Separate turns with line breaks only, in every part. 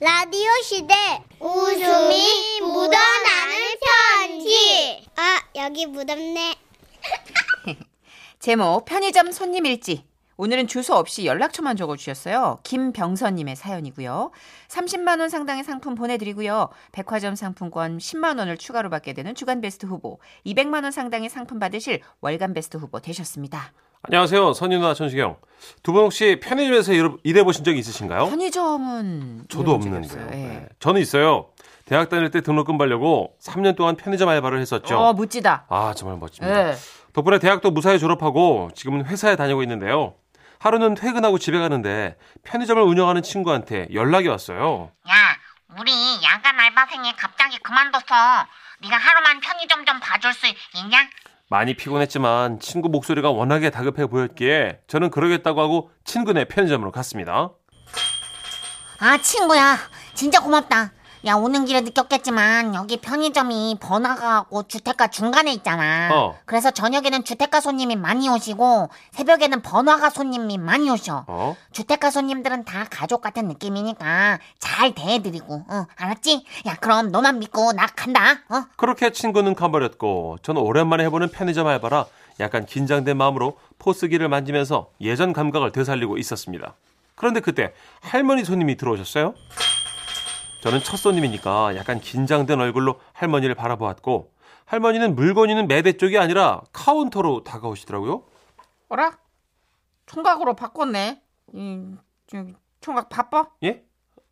라디오 시대 웃음이 묻어나는 편지 아 여기 묻었네
제목 편의점 손님일지 오늘은 주소 없이 연락처만 적어주셨어요. 김병선님의 사연이고요. 30만 원 상당의 상품 보내드리고요. 백화점 상품권 10만 원을 추가로 받게 되는 주간 베스트 후보, 200만 원 상당의 상품 받으실 월간 베스트 후보 되셨습니다.
안녕하세요. 선희 누나 천식영. 두 분 혹시 편의점에서 일- 일해보신 적 있으신가요?
편의점은
저도
이런 적이
없는데요.
없어요. 예.
네. 저는 있어요. 대학 다닐 때 등록금 받려고 3년 동안 편의점 알바를
어
했었죠.
묻지다.
아 정말 멋집니다.
예.
덕분에 대학도 무사히 졸업하고 지금은 회사에 다니고 있는데요. 하루는 퇴근하고 집에 가는데 편의점을 운영하는 친구한테 연락이 왔어요.
야, 우리 야간 알바생이 갑자기 그만둬서 네가 하루만 편의점 좀 봐줄 수 있냐?
많이 피곤했지만 친구 목소리가 워낙에 다급해 보였기에 저는 그러겠다고 하고 친구네 편의점으로 갔습니다.
아, 친구야. 진짜 고맙다. 야, 오는 길에 느꼈겠지만 여기 편의점이 번화가하고 주택가 중간에 있잖아.
어.
그래서 저녁에는 주택가 손님이 많이 오시고 새벽에는 번화가 손님이 많이 오셔.
어?
주택가 손님들은 다 가족 같은 느낌이니까 잘 대해드리고, 어, 알았지? 야, 그럼 너만 믿고 나 간다. 어?
그렇게 친구는 가버렸고 저는 오랜만에 해보는 편의점 알바라 약간 긴장된 마음으로 포스기를 만지면서 예전 감각을 되살리고 있었습니다. 그런데 그때 할머니 손님이 들어오셨어요. 저는 첫 손님이니까 약간 긴장된 얼굴로 할머니를 바라보았고 할머니는 물건 있는 매대 쪽이 아니라 카운터로 다가오시더라고요.
어라? 총각으로 바꿨네. 이, 저기, 총각 바빠?
예?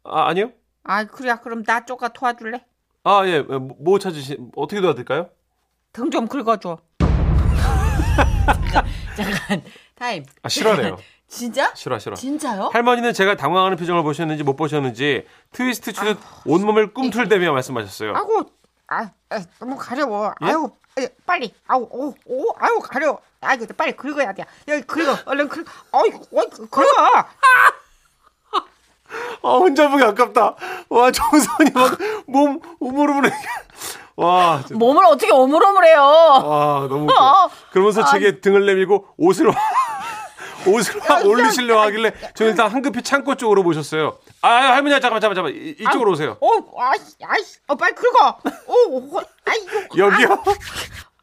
아 아니요.
아 그래 그럼 나 쪼가 도와줄래?
아 예. 뭐, 뭐 찾으신 어떻게 도와드릴까요?
등 좀 긁어줘. 잠깐 타임.
아 싫어해요.
진짜?
싫어 싫어.
진짜요?
아. 할머니는 제가 당황하는 표정을 보셨는지 못 보셨는지 트위스트 추듯 온몸을 꿈틀대며 말씀하셨어요.
아, 아고 아, 아, 너무 가려워.
예?
아유 에, 빨리 아우 오, 오 아유 가려워. 아이고 빨리 긁어야 돼. 여기 긁어 얼른 긁어. 어이 어이 긁어.
아, 혼자 보기 아깝다. 와, 정선이 막 몸, 오물오물해. 와, 진짜.
몸을 어떻게 오물오물해요?
와, 너무
어.
웃겨.
아.
그러면서 제게 등을 내밀고 옷을 확- 옷을 확 올리시려고 하길래 저는 일단 한급히 창고 쪽으로 모셨어요. 아, 할머니 잠깐만 잠깐만 잠깐만. 이- 이쪽으로 오세요.
어 아이 아이 어 빨리 긁어. 오 오, 아이고
여기요?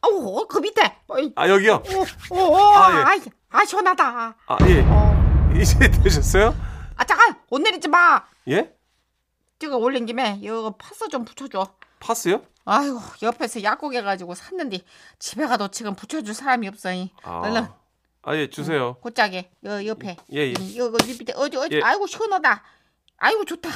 아우 어, 그 밑에. 어이,
아, 여기요.
오, 오, 오,
아, 예.
아, 이 아, 시원하다.
아, 예.
어.
이제 되셨어요?
아, 잠깐, 옷 내리지 마.
예?
찍어 올린 김에, 이거 파스 좀 붙여줘.
파스요?
아이고, 옆에서 약국 해가지고 샀는데, 집에 가도 지금 붙여줄 사람이 없어. 이.
아.
얼른,
아, 예, 주세요.
곧자게, 요, 옆에.
예, 예.
음, 요거 밑에, 어디, 어디,
예.
아이고, 시원하다. 아이고, 좋다.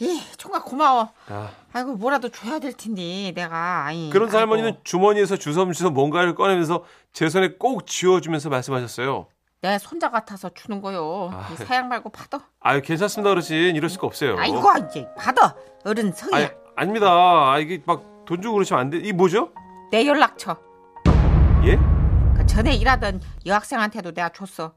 이 총각 고마워.
아.
아이고, 뭐라도 줘야 될 텐데, 내가. 아이,
그런
아이고.
할머니는 주머니에서 주섬주섬 뭔가를 꺼내면서 제 손에 꼭 쥐어주면서 말씀하셨어요.
내 손자 같아서 주는 거요.
아. 어?
이 사양 말고 받아.
아유 괜찮습니다 어르신 이럴 수가 없어요.
아이고, 이제 받아. 어른 성이야.
아닙니다 이게 막 돈 주고 그러시면 안 돼. 이 뭐죠?
내 연락처.
예?
그 전에 일하던 여학생한테도 내가 줬어.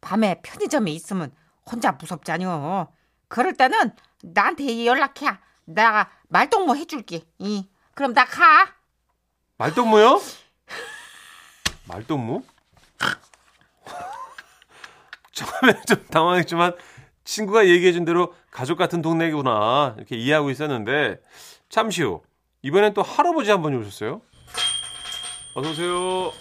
밤에 편의점에 있으면 혼자 무섭잖여. 그럴 때는 나한테 연락해. 내가 말동무 해줄게. 이. 그럼 나 가.
말동무요? 말동무? 처음에 좀 당황했지만 친구가 얘기해준 대로 가족 같은 동네구나 이렇게 이해하고 있었는데 잠시 후 이번엔 또 할아버지 한 분이 오셨어요. 어서 오세요.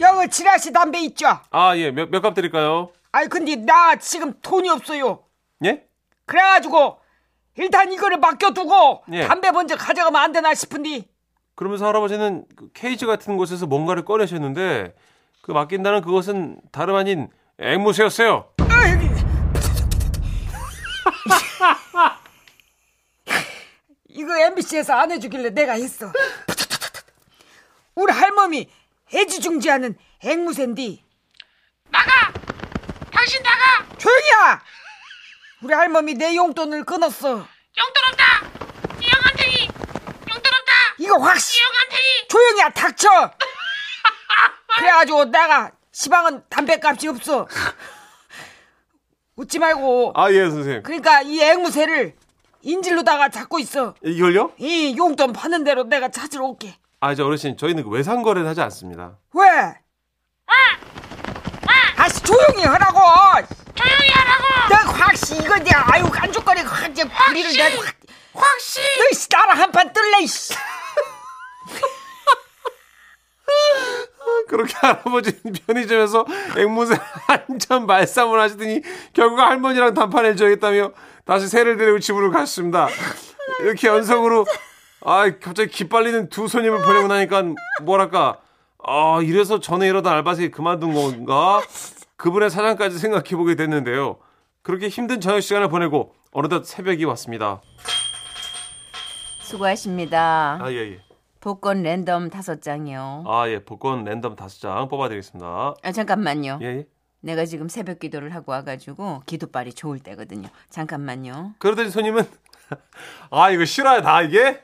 여기 지라시 담배 있죠?
아 예, 몇 값 드릴까요?
아이 근데 나 지금 돈이 없어요.
예?
그래가지고 일단 이거를 맡겨두고
예.
담배 먼저 가져가면 안 되나 싶은데
그러면서 할아버지는 그 케이지 같은 곳에서 뭔가를 꺼내셨는데 그 맡긴다는 그것은 다름 아닌 앵무새였어요.
아, 이거 MBC에서 안 해주길래 내가 했어. 우리 할머니 애지중지하는 앵무새인데
나가! 당신 나가!
조용히야. 우리 할머니 내 용돈을 끊었어.
용돈 없다! 이영한테이 용돈 없다!
이거 확실.
이영한테이
조용히야 닥쳐. 그래가지고 내가 시방은 담배값이 없어. 웃지 말고
아 예 선생님.
그러니까 이 앵무새를 인질로다가 잡고 있어.
이걸요?
이 용돈 파는 대로 내가 찾으러 올게.
아 이제 어르신 저희는 그 외상 거래를 하지 않습니다.
왜? 아씨 조용히 하라고.
조용히 하라고!
내가 확시 이거 내가 아유 간죽거리 내가 화제 뿌리를 내가 확 확시 너이씨 나랑 한판 뜰래 이씨
그렇게 할아버지 편의점에서 앵무새 한참 말싸움을 하시더니 결국 할머니랑 단판을 줘야겠다며 다시 새를 데리고 집으로 갔습니다. 이렇게 연속으로 아 갑자기 기빨리는 두 손님을 보내고 나니까 뭐랄까 아 이래서 전에 이러던 알바생이 그만둔 건가 그분의 사장까지 생각해 보게 됐는데요. 그렇게 힘든 저녁 시간을 보내고 어느덧 새벽이 왔습니다.
수고하십니다.
아 예 예.
복권 랜덤 다섯 장이요.
아 예 복권 랜덤 다섯 장 뽑아드리겠습니다.
아, 잠깐만요.
예 예.
내가 지금 새벽 기도를 하고 와가지고 기도빨이 좋을 때거든요. 잠깐만요.
그러더니 손님은 아 이거 싫어요 다 이게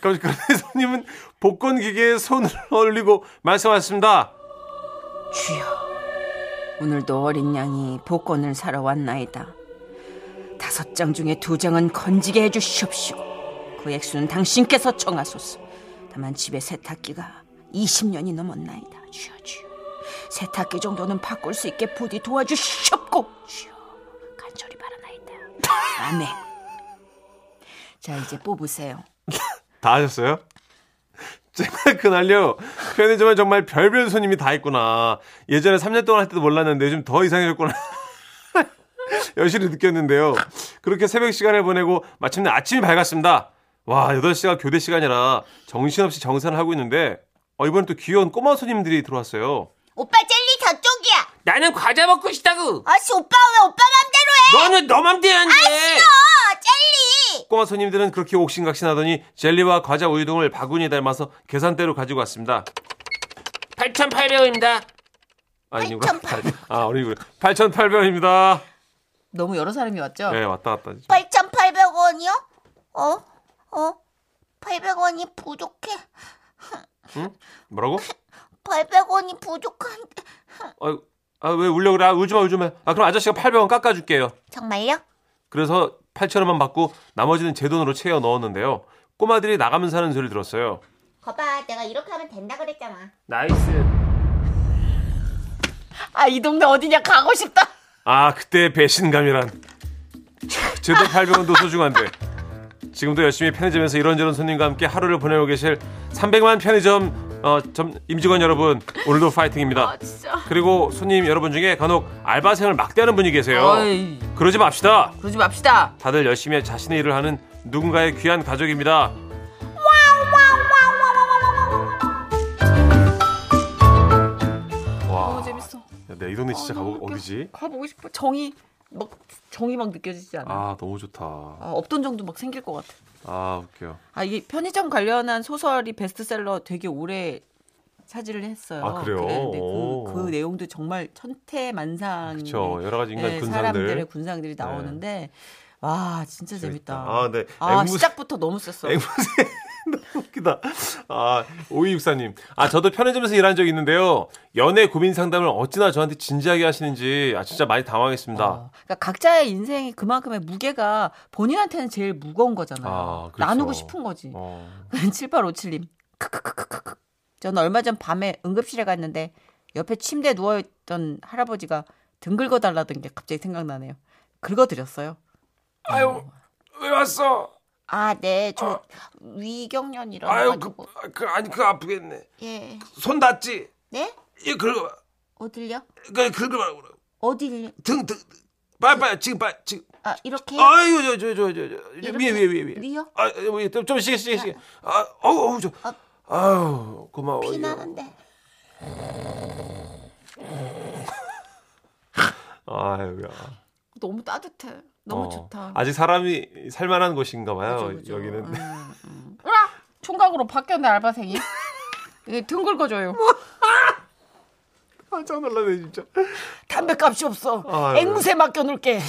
그럼 그러더니 손님은 복권 기계에 손을 올리고 말씀하셨습니다
주여, 오늘도 어린 양이 복권을 사러 왔나이다. 다섯 장 중에 두 장은 건지게 해주시옵시고 그 액수는 당신께서 정하소서. 다만 집에 세탁기가 20년이 넘었나이다. 주여, 주여. 세탁기 정도는 바꿀 수 있게 부디 도와주시옵고 주여, 간절히 바라나이다. 아멘. 자, 이제 뽑으세요.
다 하셨어요? 제가 그날요 편의점에 정말 별별 손님이 다 있구나 예전에 3년 동안 할 때도 몰랐는데 요즘 더 이상해졌구나 여실히 느꼈는데요 그렇게 새벽 시간을 보내고 마침내 아침이 밝았습니다 와 8시가 교대 시간이라 정신없이 정산을 하고 있는데 어, 이번엔 또 귀여운 꼬마 손님들이 들어왔어요
오빠 젤리 저쪽이야.
나는 과자 먹고 싶다고.
아씨 오빠 왜 오빠 맘대로 해?
너는 너 맘대로 안 돼.
어, 젤리.
꼬마 손님들은 그렇게 옥신각신하더니 젤리와 과자 우유등을 바구니에 닮아서 계산대로 가지고 왔습니다.
8,800원입니다.
아니, 8,800. 아, 어리고 8,800원입니다.
너무 여러 사람이 왔죠?
네.
예, 왔다 갔다.
8,800원이요? 어? 어? 800원이 부족해.
뭐라고?
800원이 부족한데.
아, 아, 왜 울려 그래? 아, 울지 마, 울지 마. 아, 그럼 아저씨가 800원 깎아 줄게요.
정말요?
그래서 8,000원만 받고 나머지는 제 돈으로 채워 넣었는데요. 꼬마들이 나가면서 하는 소리 들었어요.
거봐, 내가 이렇게 하면 된다 그랬잖아.
나이스.
아 이 동네 어디냐 가고 싶다
아, 그때 배신감이란. 제돈 800원도 소중한데. 지금도 열심히 편의점에서 이런저런 손님과 함께 하루를 보내고 계실 300만 편의점 어, 점- 임직원 여러분, 오늘도 파이팅입니다.
아,
그리고 손님 여러분 중에 간혹 알바생을 막대하는 분이 계세요.
어이,
그러지 맙시다.
그러지 맙시다.
다들 열심히 자신의 일을 하는 누군가의 귀한 가족입니다. 와,
너무 재밌어.
내 이 동네 진짜
아, 너무
가보고
웃겨.
어디지?
가보고 싶어. 정이 막 정이 막 느껴지지 않아.
아, 너무 좋다.
어,
아, 없던 정도 막 생길 것 같아.
아, 웃겨.
아 이게 편의점 관련한 소설이 베스트셀러 되게 오래 차지를 했어요.
아, 그래요?
근데 그,
오.
그 내용도 정말 천태만상.
그렇죠. 여러 가지 인간
음. 네, 사람들의
군상들. 네.
군상들이 나오는데 와 진짜
재밌다.
재밌다.
아, 네.
아,
앵무새-
시작부터 너무 셌어.
앵무새 너무 웃기다. 아, 오이육사님. 아, 저도 편의점에서 일한 적이 있는데요. 연애 고민 상담을 어찌나 저한테 진지하게 하시는지, 아, 진짜 많이 당황했습니다.
어, 그러니까 각자의 인생이 그만큼의 무게가 본인한테는 제일 무거운 거잖아요.
아, 그렇죠.
나누고 싶은 거지.
어.
음. 7857님. 크크크크크크. 저는 얼마 전 밤에 응급실에 갔는데 옆에 침대에 누워있던 할아버지가 등 긁어달라던 게 갑자기 생각나네요. 긁어드렸어요.
아유, 왜 왔어?
아, 네, 저 위경련이라
아유, 그,
가지고.
그, 아니, 그 아프겠네.
예.
손 닿지?
네?
이거 긁어봐.
어딜요?
그, 긁어봐.
어딜?
등, 등. 빨리, 빨리, 지금, 빨리, 지금.
아, 이렇게?
아유, 저, 저, 저, 저, 저, 위에, 위에, 위에, 위에.
위요?
아, 위에, 좀, 좀, 쉬게, 쉬게, 쉬게. 아, 어우, 어우, 저. 아유, 고마워.
피 나는데.
아유야.
너무 따뜻해. 너무
어,
좋다.
아직 사람이 살만한 곳인가 봐요. 여기는.
으라! 총각으로 바뀌었네 알바생이. 이등 긁어줘요.
뭐?
깜짝 놀라네 진짜.
담배값이 없어
아이고.
앵무새 맡겨놓을게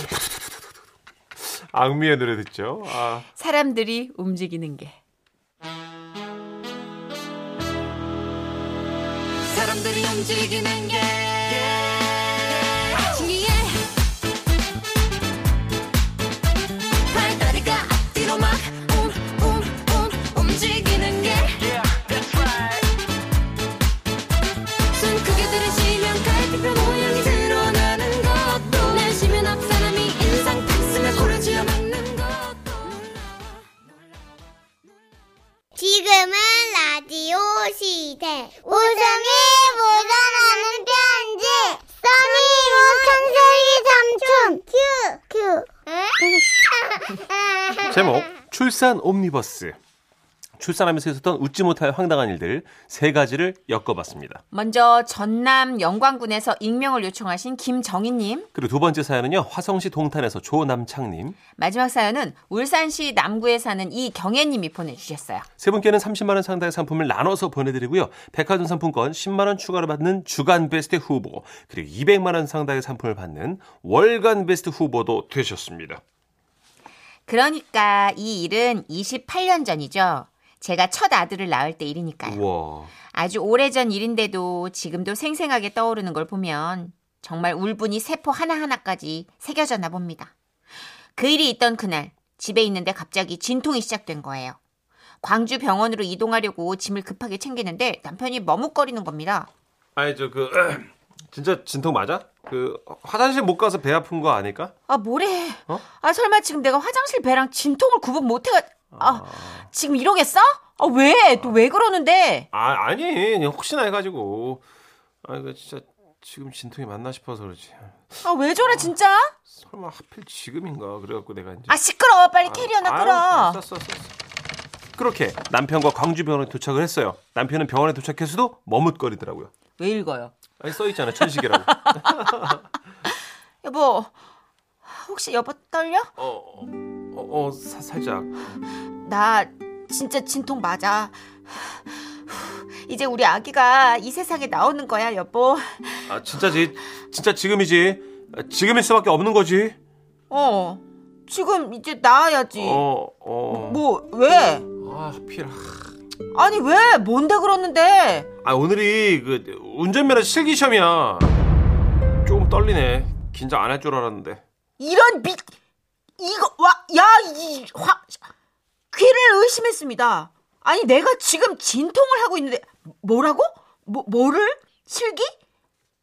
악미의 노래 듣죠. 아,
사람들이 움직이는 게.
사람들이 움직이는 게 신기해 발다리가 앞뒤로 막 움움움 움직이는 게 숨 크게 들이쉬면 갈비뼈 모양이 드러나는 것도 내쉬면 앞사람이 인상 탁 쓰면 고르지어 막
웃음이 묻어나는 편지 써니 우천세기 삼촌 큐 큐.
제목 출산 옴니버스 출산하면서 있었던 웃지 못할 황당한 일들 세 가지를 엮어봤습니다.
먼저 전남 영광군에서 익명을 요청하신 김정희님.
그리고 두 번째 사연은요 화성시 동탄에서 조남창님
마지막 사연은 울산시 남구에 사는 이경혜님이 보내주셨어요.
세 분께는 30만 원 상당의 상품을 나눠서 보내드리고요 백화점 상품권 10만 원 추가로 받는 주간 베스트 후보 그리고 200만 원 상당의 상품을 받는 월간 베스트 후보도 되셨습니다.
그러니까 이 일은 28년 전이죠. 제가 첫 아들을 낳을 때 일이니까요.
우와
아주 오래전 일인데도 지금도 생생하게 떠오르는 걸 보면 정말 울분이 세포 하나하나까지 새겨졌나 봅니다. 그 일이 있던 그날 집에 있는데 갑자기 진통이 시작된 거예요. 광주 병원으로 이동하려고 짐을 급하게 챙기는데 남편이 머뭇거리는 겁니다.
아니 저 그 진짜 진통 맞아? 그 화장실 못 가서 배 아픈 거 아닐까?
아 뭐래?
어?
아 설마 지금 내가 화장실 배랑 진통을 구분 못해가 아 지금 이러겠어? 아 왜? 또 왜 그러는데?
아 아니 그냥 혹시나 해가지고 아 이거 진짜 지금 진통이 맞나 싶어서 그렇지
아 왜 저래 진짜?
설마 하필 지금인가 그래갖고 내가 이제
아 시끄러워 빨리 캐리어나
아유,
끌어.
알았어, 알았어, 알았어. 그렇게 남편과 광주 병원에 도착을 했어요 남편은 병원에 도착해서도 머뭇거리더라고요
왜 읽어요?
아니 써있잖아 천식이라고
여보, 혹시 여보 떨려?
어어 어, 어, 사- 살짝
나 진짜 진통 맞아. 이제 우리 아기가 이 세상에 나오는 거야, 여보.
아 진짜지 진짜 지금이지 아, 지금일 수밖에 없는 거지
어, 지금 이제 나와야지.
어. 어어아 아,
뭐, 왜?
하필
아니, 왜? 뭔데 그러는데?
아 오늘이 그 운전면허 실기 시험이야. 조금 떨리네. 긴장 안 할 줄 알았는데.
이런 미, 이거, 와, 야, 이, 화, 귀를 의심했습니다. 아니, 내가 지금 진통을 하고 있는데, 뭐라고? 뭐, 뭐를? 실기?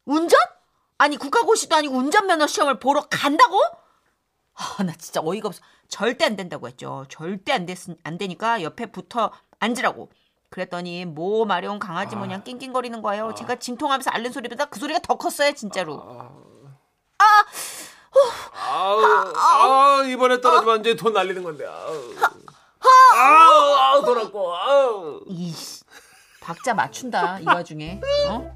운전? 아니, 국가고시도 아니고 운전면허 시험을 보러 간다고? 아, 나 진짜 어이가 없어. 절대 안 된다고 했죠. 절대 안, 됐, 안 되니까 옆에 붙어 앉으라고. 그랬더니, 뭐, 마려운 강아지 모양 낑낑거리는 거예요. 제가 진통하면서 앓는 소리보다 그 소리가 더 컸어요, 진짜로.
아우, 아 이번에 떨어지면 이제 돈 날리는 건데. 아우. 아우, 아우 돌았고. 아우.
이씨. 박자 맞춘다 이 와중에 어?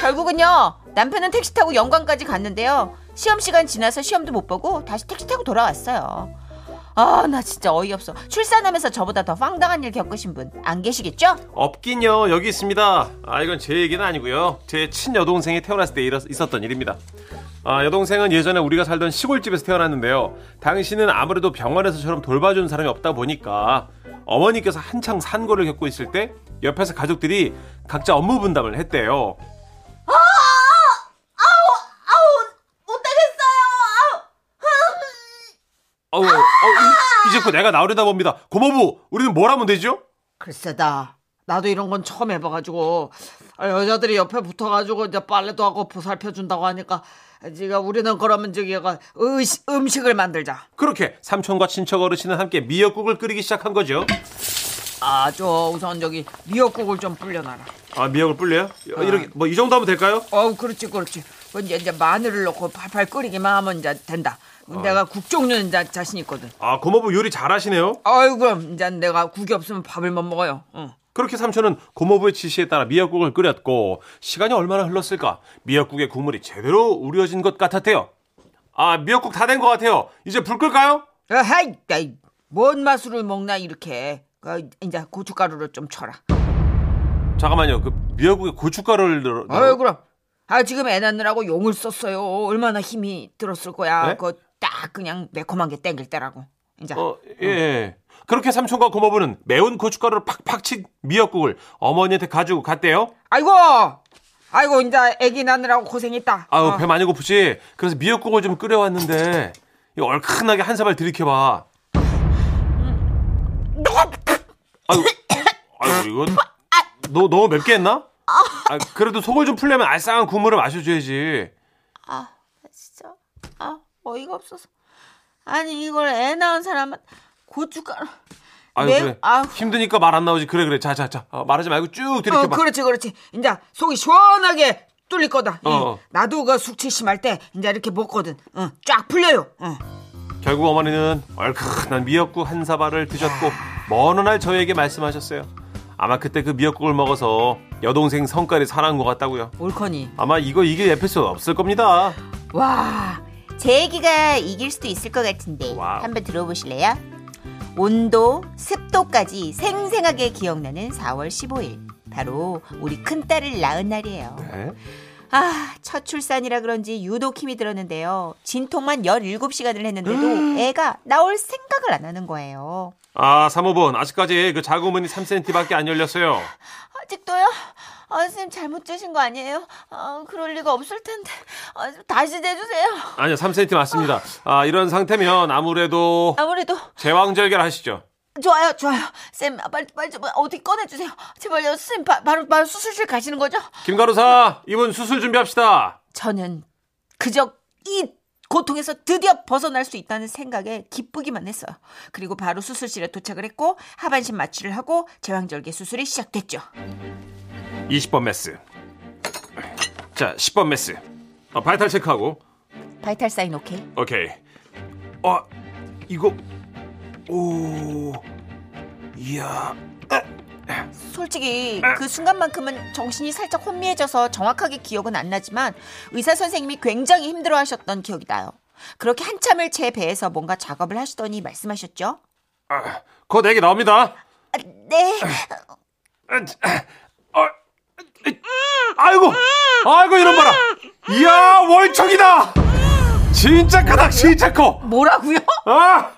결국은요 남편은 택시 타고 영광까지 갔는데요 시험 시간 지나서 시험도 못 보고 다시 택시 타고 돌아왔어요 아 나 진짜 어이없어 출산하면서 저보다 더 황당한 일 겪으신 분 안 계시겠죠?
없긴요. 여기 있습니다. 아, 이건 제 얘기는 아니고요. 제 친여동생이 태어났을 때 일어- 있었던 일입니다. 아, 여동생은 예전에 우리가 살던 시골집에서 태어났는데요. 당신은 아무래도 병원에서처럼 돌봐주는 사람이 없다 보니까 어머니께서 한창 산고를 겪고 있을 때 옆에서 가족들이 각자 업무 분담을 했대요. 아우, 아우, 못하겠어요. 아우, 아우, 이제 곧 내가 나오려다 봅니다. 고모부, 우리는 뭘 하면 되죠?
글쎄다. 나도 이런 건 처음 해봐가지고 아, 여자들이 옆에 붙어가지고 이제 빨래도 하고 보살펴준다고 하니까 지가 우리는 그러면 저기 가 음식을 만들자.
그렇게 삼촌과 친척 어르신은 함께 미역국을 끓이기 시작한 거죠.
아 저 우선 저기 미역국을 좀 불려놔라.
아 미역을 불려요? 이렇게 뭐 이 정도 하면 될까요?
어우 그렇지 그렇지. 그 이제 이제 마늘을 넣고 팔팔 끓이기만 하면 이제 된다.
어.
내가 국 종류는 이제 자신 있거든.
아 고모부 요리 잘하시네요.
아유 그럼 이제 내가 국이 없으면 밥을 못 먹어요. 응.
그렇게 삼촌은 고모부의 지시에 따라 미역국을 끓였고 시간이 얼마나 흘렀을까? 미역국의 국물이 제대로 우려진 것 같았대요. 아 미역국 다 된 것 같아요. 이제 불 끌까요?
에헤이, 에이, 뭔 맛으로 먹나 이렇게. 그 이제 고춧가루를 좀 쳐라.
잠깐만요. 그 미역국에 고춧가루를 넣어.
아유 그럼 아 지금 애 낳느라고 용을 썼어요 얼마나 힘이 들었을 거야
네?
그거 딱 그냥 매콤한 게 땡길 때라고 이제
어, 예, 예. 그렇게 삼촌과 고모부는 매운 고춧가루를 팍팍 친 미역국을 어머니한테 가지고 갔대요.
아이고 아이고 이제 애기 낳느라고 고생했다
아유
어.
배 많이 고프지. 그래서 미역국을 좀 끓여왔는데 이 얼큰하게 한 사발 들이켜봐. 아유, 아유 이거 너 너무 맵게 했나? 아, 그래도 속을 좀 풀려면 알싸한 국물을 마셔줘야지.
아, 진짜 아 어이가 없어서 아니 이걸 애 낳은 사람한테 고춧가루
아유
네?
그래.
아우.
힘드니까 말 안 나오지. 그래 그래. 자자자. 어, 말하지 말고 쭉 들이켜
어,
봐.
그렇지, 그렇지. 이제 속이 시원하게 뚫릴 거다. 응.
어.
나도 그 숙취 심할 때 이제 이렇게 먹거든. 응. 쫙 풀려요. 응.
결국 어머니는 얼큰한 미역국 한 사발을 드셨고 먼 날 저에게 말씀하셨어요. 아마 그때 그 미역국을 먹어서 여동생 성깔이 살아난 것 같다고요.
올커니
아마 이거 이길 에피소드 없을 겁니다.
와,
제 얘기가 이길 수도 있을 것 같은데
와우.
한번 들어보실래요?
온도, 습도까지 생생하게 기억나는 4월 15일. 바로 우리 큰딸을 낳은 날이에요.
네.
아, 첫 출산이라 그런지 유독 힘이 들었는데요. 진통만 17시간을 했는데도 애가 나올 생각을 안 하는 거예요.
아 사모분 아직까지 그 자구문이 3cm밖에 안 열렸어요.
아직도요? 아, 선생님 잘못 재신 거 아니에요? 아, 그럴 리가 없을 텐데. 아, 다시 재주세요.
아니요 3cm 맞습니다. 아 이런 상태면 아무래도
아무래도
제왕절개를 하시죠.
좋아요, 좋아요. 쌤, 아, 빨리 빨리 좀 어디 꺼내 주세요. 제발요, 쌤. 바, 바로 바로 수술실 가시는 거죠?
김가루사 이분 수술 준비합시다.
저는 그저 이 고통에서 드디어 벗어날 수 있다는 생각에 기쁘기만 했어요. 그리고 바로 수술실에 도착을 했고 하반신 마취를 하고 제왕절개 수술이 시작됐죠.
20번 메스. 자 10번 메스. 아, 발탈 체크하고
바이탈 사인 오케이.
오케이. 어, 이거 오, 이야.
솔직히 그 순간만큼은 정신이 살짝 혼미해져서 정확하게 기억은 안 나지만 의사 선생님이 굉장히 힘들어하셨던 기억이 나요. 그렇게 한참을 제 배에서 뭔가 작업을 하시더니 말씀하셨죠.
아, 거 내게 나옵니다.
아, 네.
아, 아, 아이고, 아이고 이런 봐라. 이야 월척이다. 진짜 크다, 진짜 커.
뭐라고요?
아,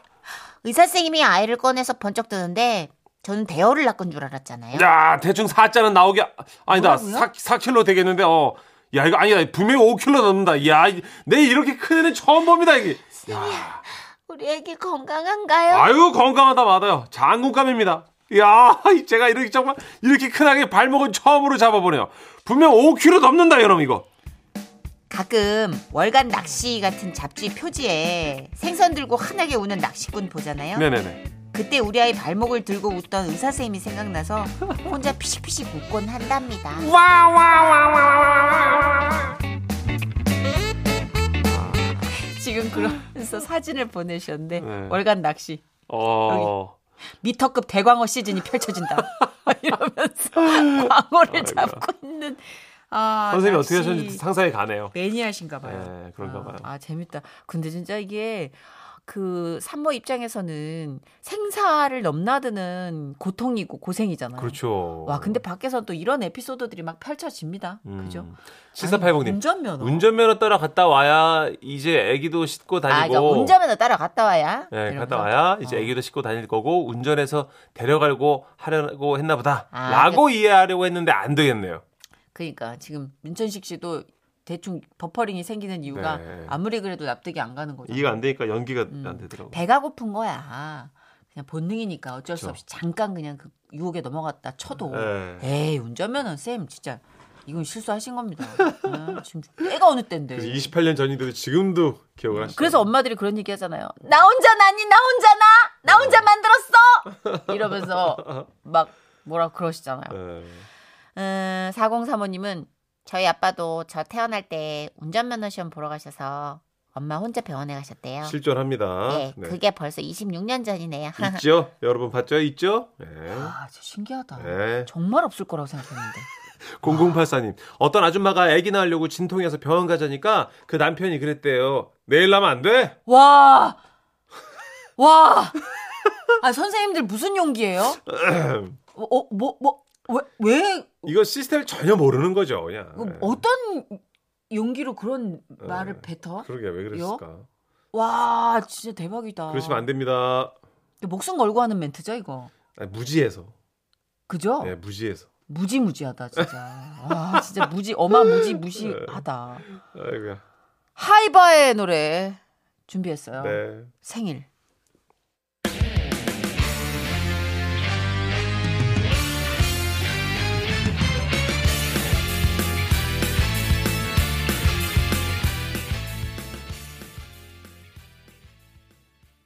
의사 선생님이 아이를 꺼내서 번쩍 드는데 저는 대어를 낚은 줄 알았잖아요.
야 대충 4자는 나오게 아- 아니다. 4, 4킬로 되겠는데 어. 야 이거 아니다 분명히 5킬로 넘는다 야내 이렇게 큰 애는 처음 봅니다 이게
우리 애기 건강한가요?
아유 건강하다 맞아요 장군감입니다 이야 제가 이렇게 정말 이렇게 큰하게 발목은 처음으로 잡아보네요 분명 5kg 넘는다 여러분 이거
가끔 월간 낚시 같은 잡지 표지에 생선 들고 환하게 우는 낚시꾼 보잖아요.
네네네
그때 우리 아이 발목을 들고 웃던 의사 선생님이 생각나서 혼자 피식피식 웃곤 한답니다. 지금 그러면서 사진을 보내셨는데
네.
월간 낚시
어
미터급 대광어 시즌이 펼쳐진다. 이러면서 광어를 잡고 있는 아,
아, 선생님이
낚시
어떻게 하셨는지 상상이 가네요
매니아신가 봐요.
네, 그런가 봐요.
아, 아, 재밌다. 근데 진짜 이게 그 산모 입장에서는 생사를 넘나드는 고통이고 고생이잖아요.
그렇죠
와, 근데 밖에서는 또 이런 에피소드들이 막 펼쳐집니다. 그죠? 아니,
7480님
운전면허.
음. 운전면허 따라 갔다 와야 이제 애기도 싣고 다니고
아, 그러니까 운전면허 따라갔다 와야.
네,
이러면서.
갔다 와야 이제
어.
애기도 싣고 다닐 거고 운전해서 데려가려고 하려고 했나 보다
아,
라고 이해하려고 했는데 안 되겠네요
그러니까 지금 민천식 씨도 대충 버퍼링이 생기는 이유가
네.
아무리 그래도 납득이 안 가는 거죠.
이해가 안 되니까 연기가 안 되더라고요
음. 배가 고픈 거야. 그냥 본능이니까 어쩔 수
그쵸.
없이 잠깐 그냥 그 유혹에 넘어갔다 쳐도
그렇죠. 네.
에이 운전면허 쌤 진짜 이건 실수하신 겁니다. 아, 지금 때가 어느 때인데.
그래서 28년 전인데도 지금도 기억을 하시죠.
음, 그래서 엄마들이 그런 얘기 하잖아요. 나 혼자 나니 나 혼자 나! 나 혼자 만들었어! 이러면서 막 뭐라 그러시잖아요.
예.
음, 4035님은
저희 아빠도 저 태어날 때 운전면허 시험 보러 가셔서 엄마 혼자 병원에 가셨대요.
실존합니다.
네,
네.
그게 벌써 26년 전이네요.
있죠? 여러분 봤죠? 있죠? 네.
아, 진짜 신기하다.
네.
정말 없을 거라고 생각했는데.
0084님. 어떤 아줌마가 아기 낳으려고 진통해서 병원 가자니까 그 남편이 그랬대요. 내일 나면 안 돼?
와! 와! 아, 선생님들 무슨 용기예요? 어, 어, 뭐, 뭐, 왜, 왜,
이거 시스템을 전혀 모르는 거죠, 그냥.
그
네.
어떤 용기로 그런 말을 뱉어?
그러게 왜 그랬을까?
와, 진짜 대박이다.
그러시면 안 됩니다.
목숨 걸고 하는 멘트죠, 이거.
아니, 무지해서.
그죠?
네, 무지해서.
무지무지하다, 진짜. 와, 진짜 무지, 어마무지 무시하다.
아이고야.
하이바의 노래 준비했어요.
네.
생일.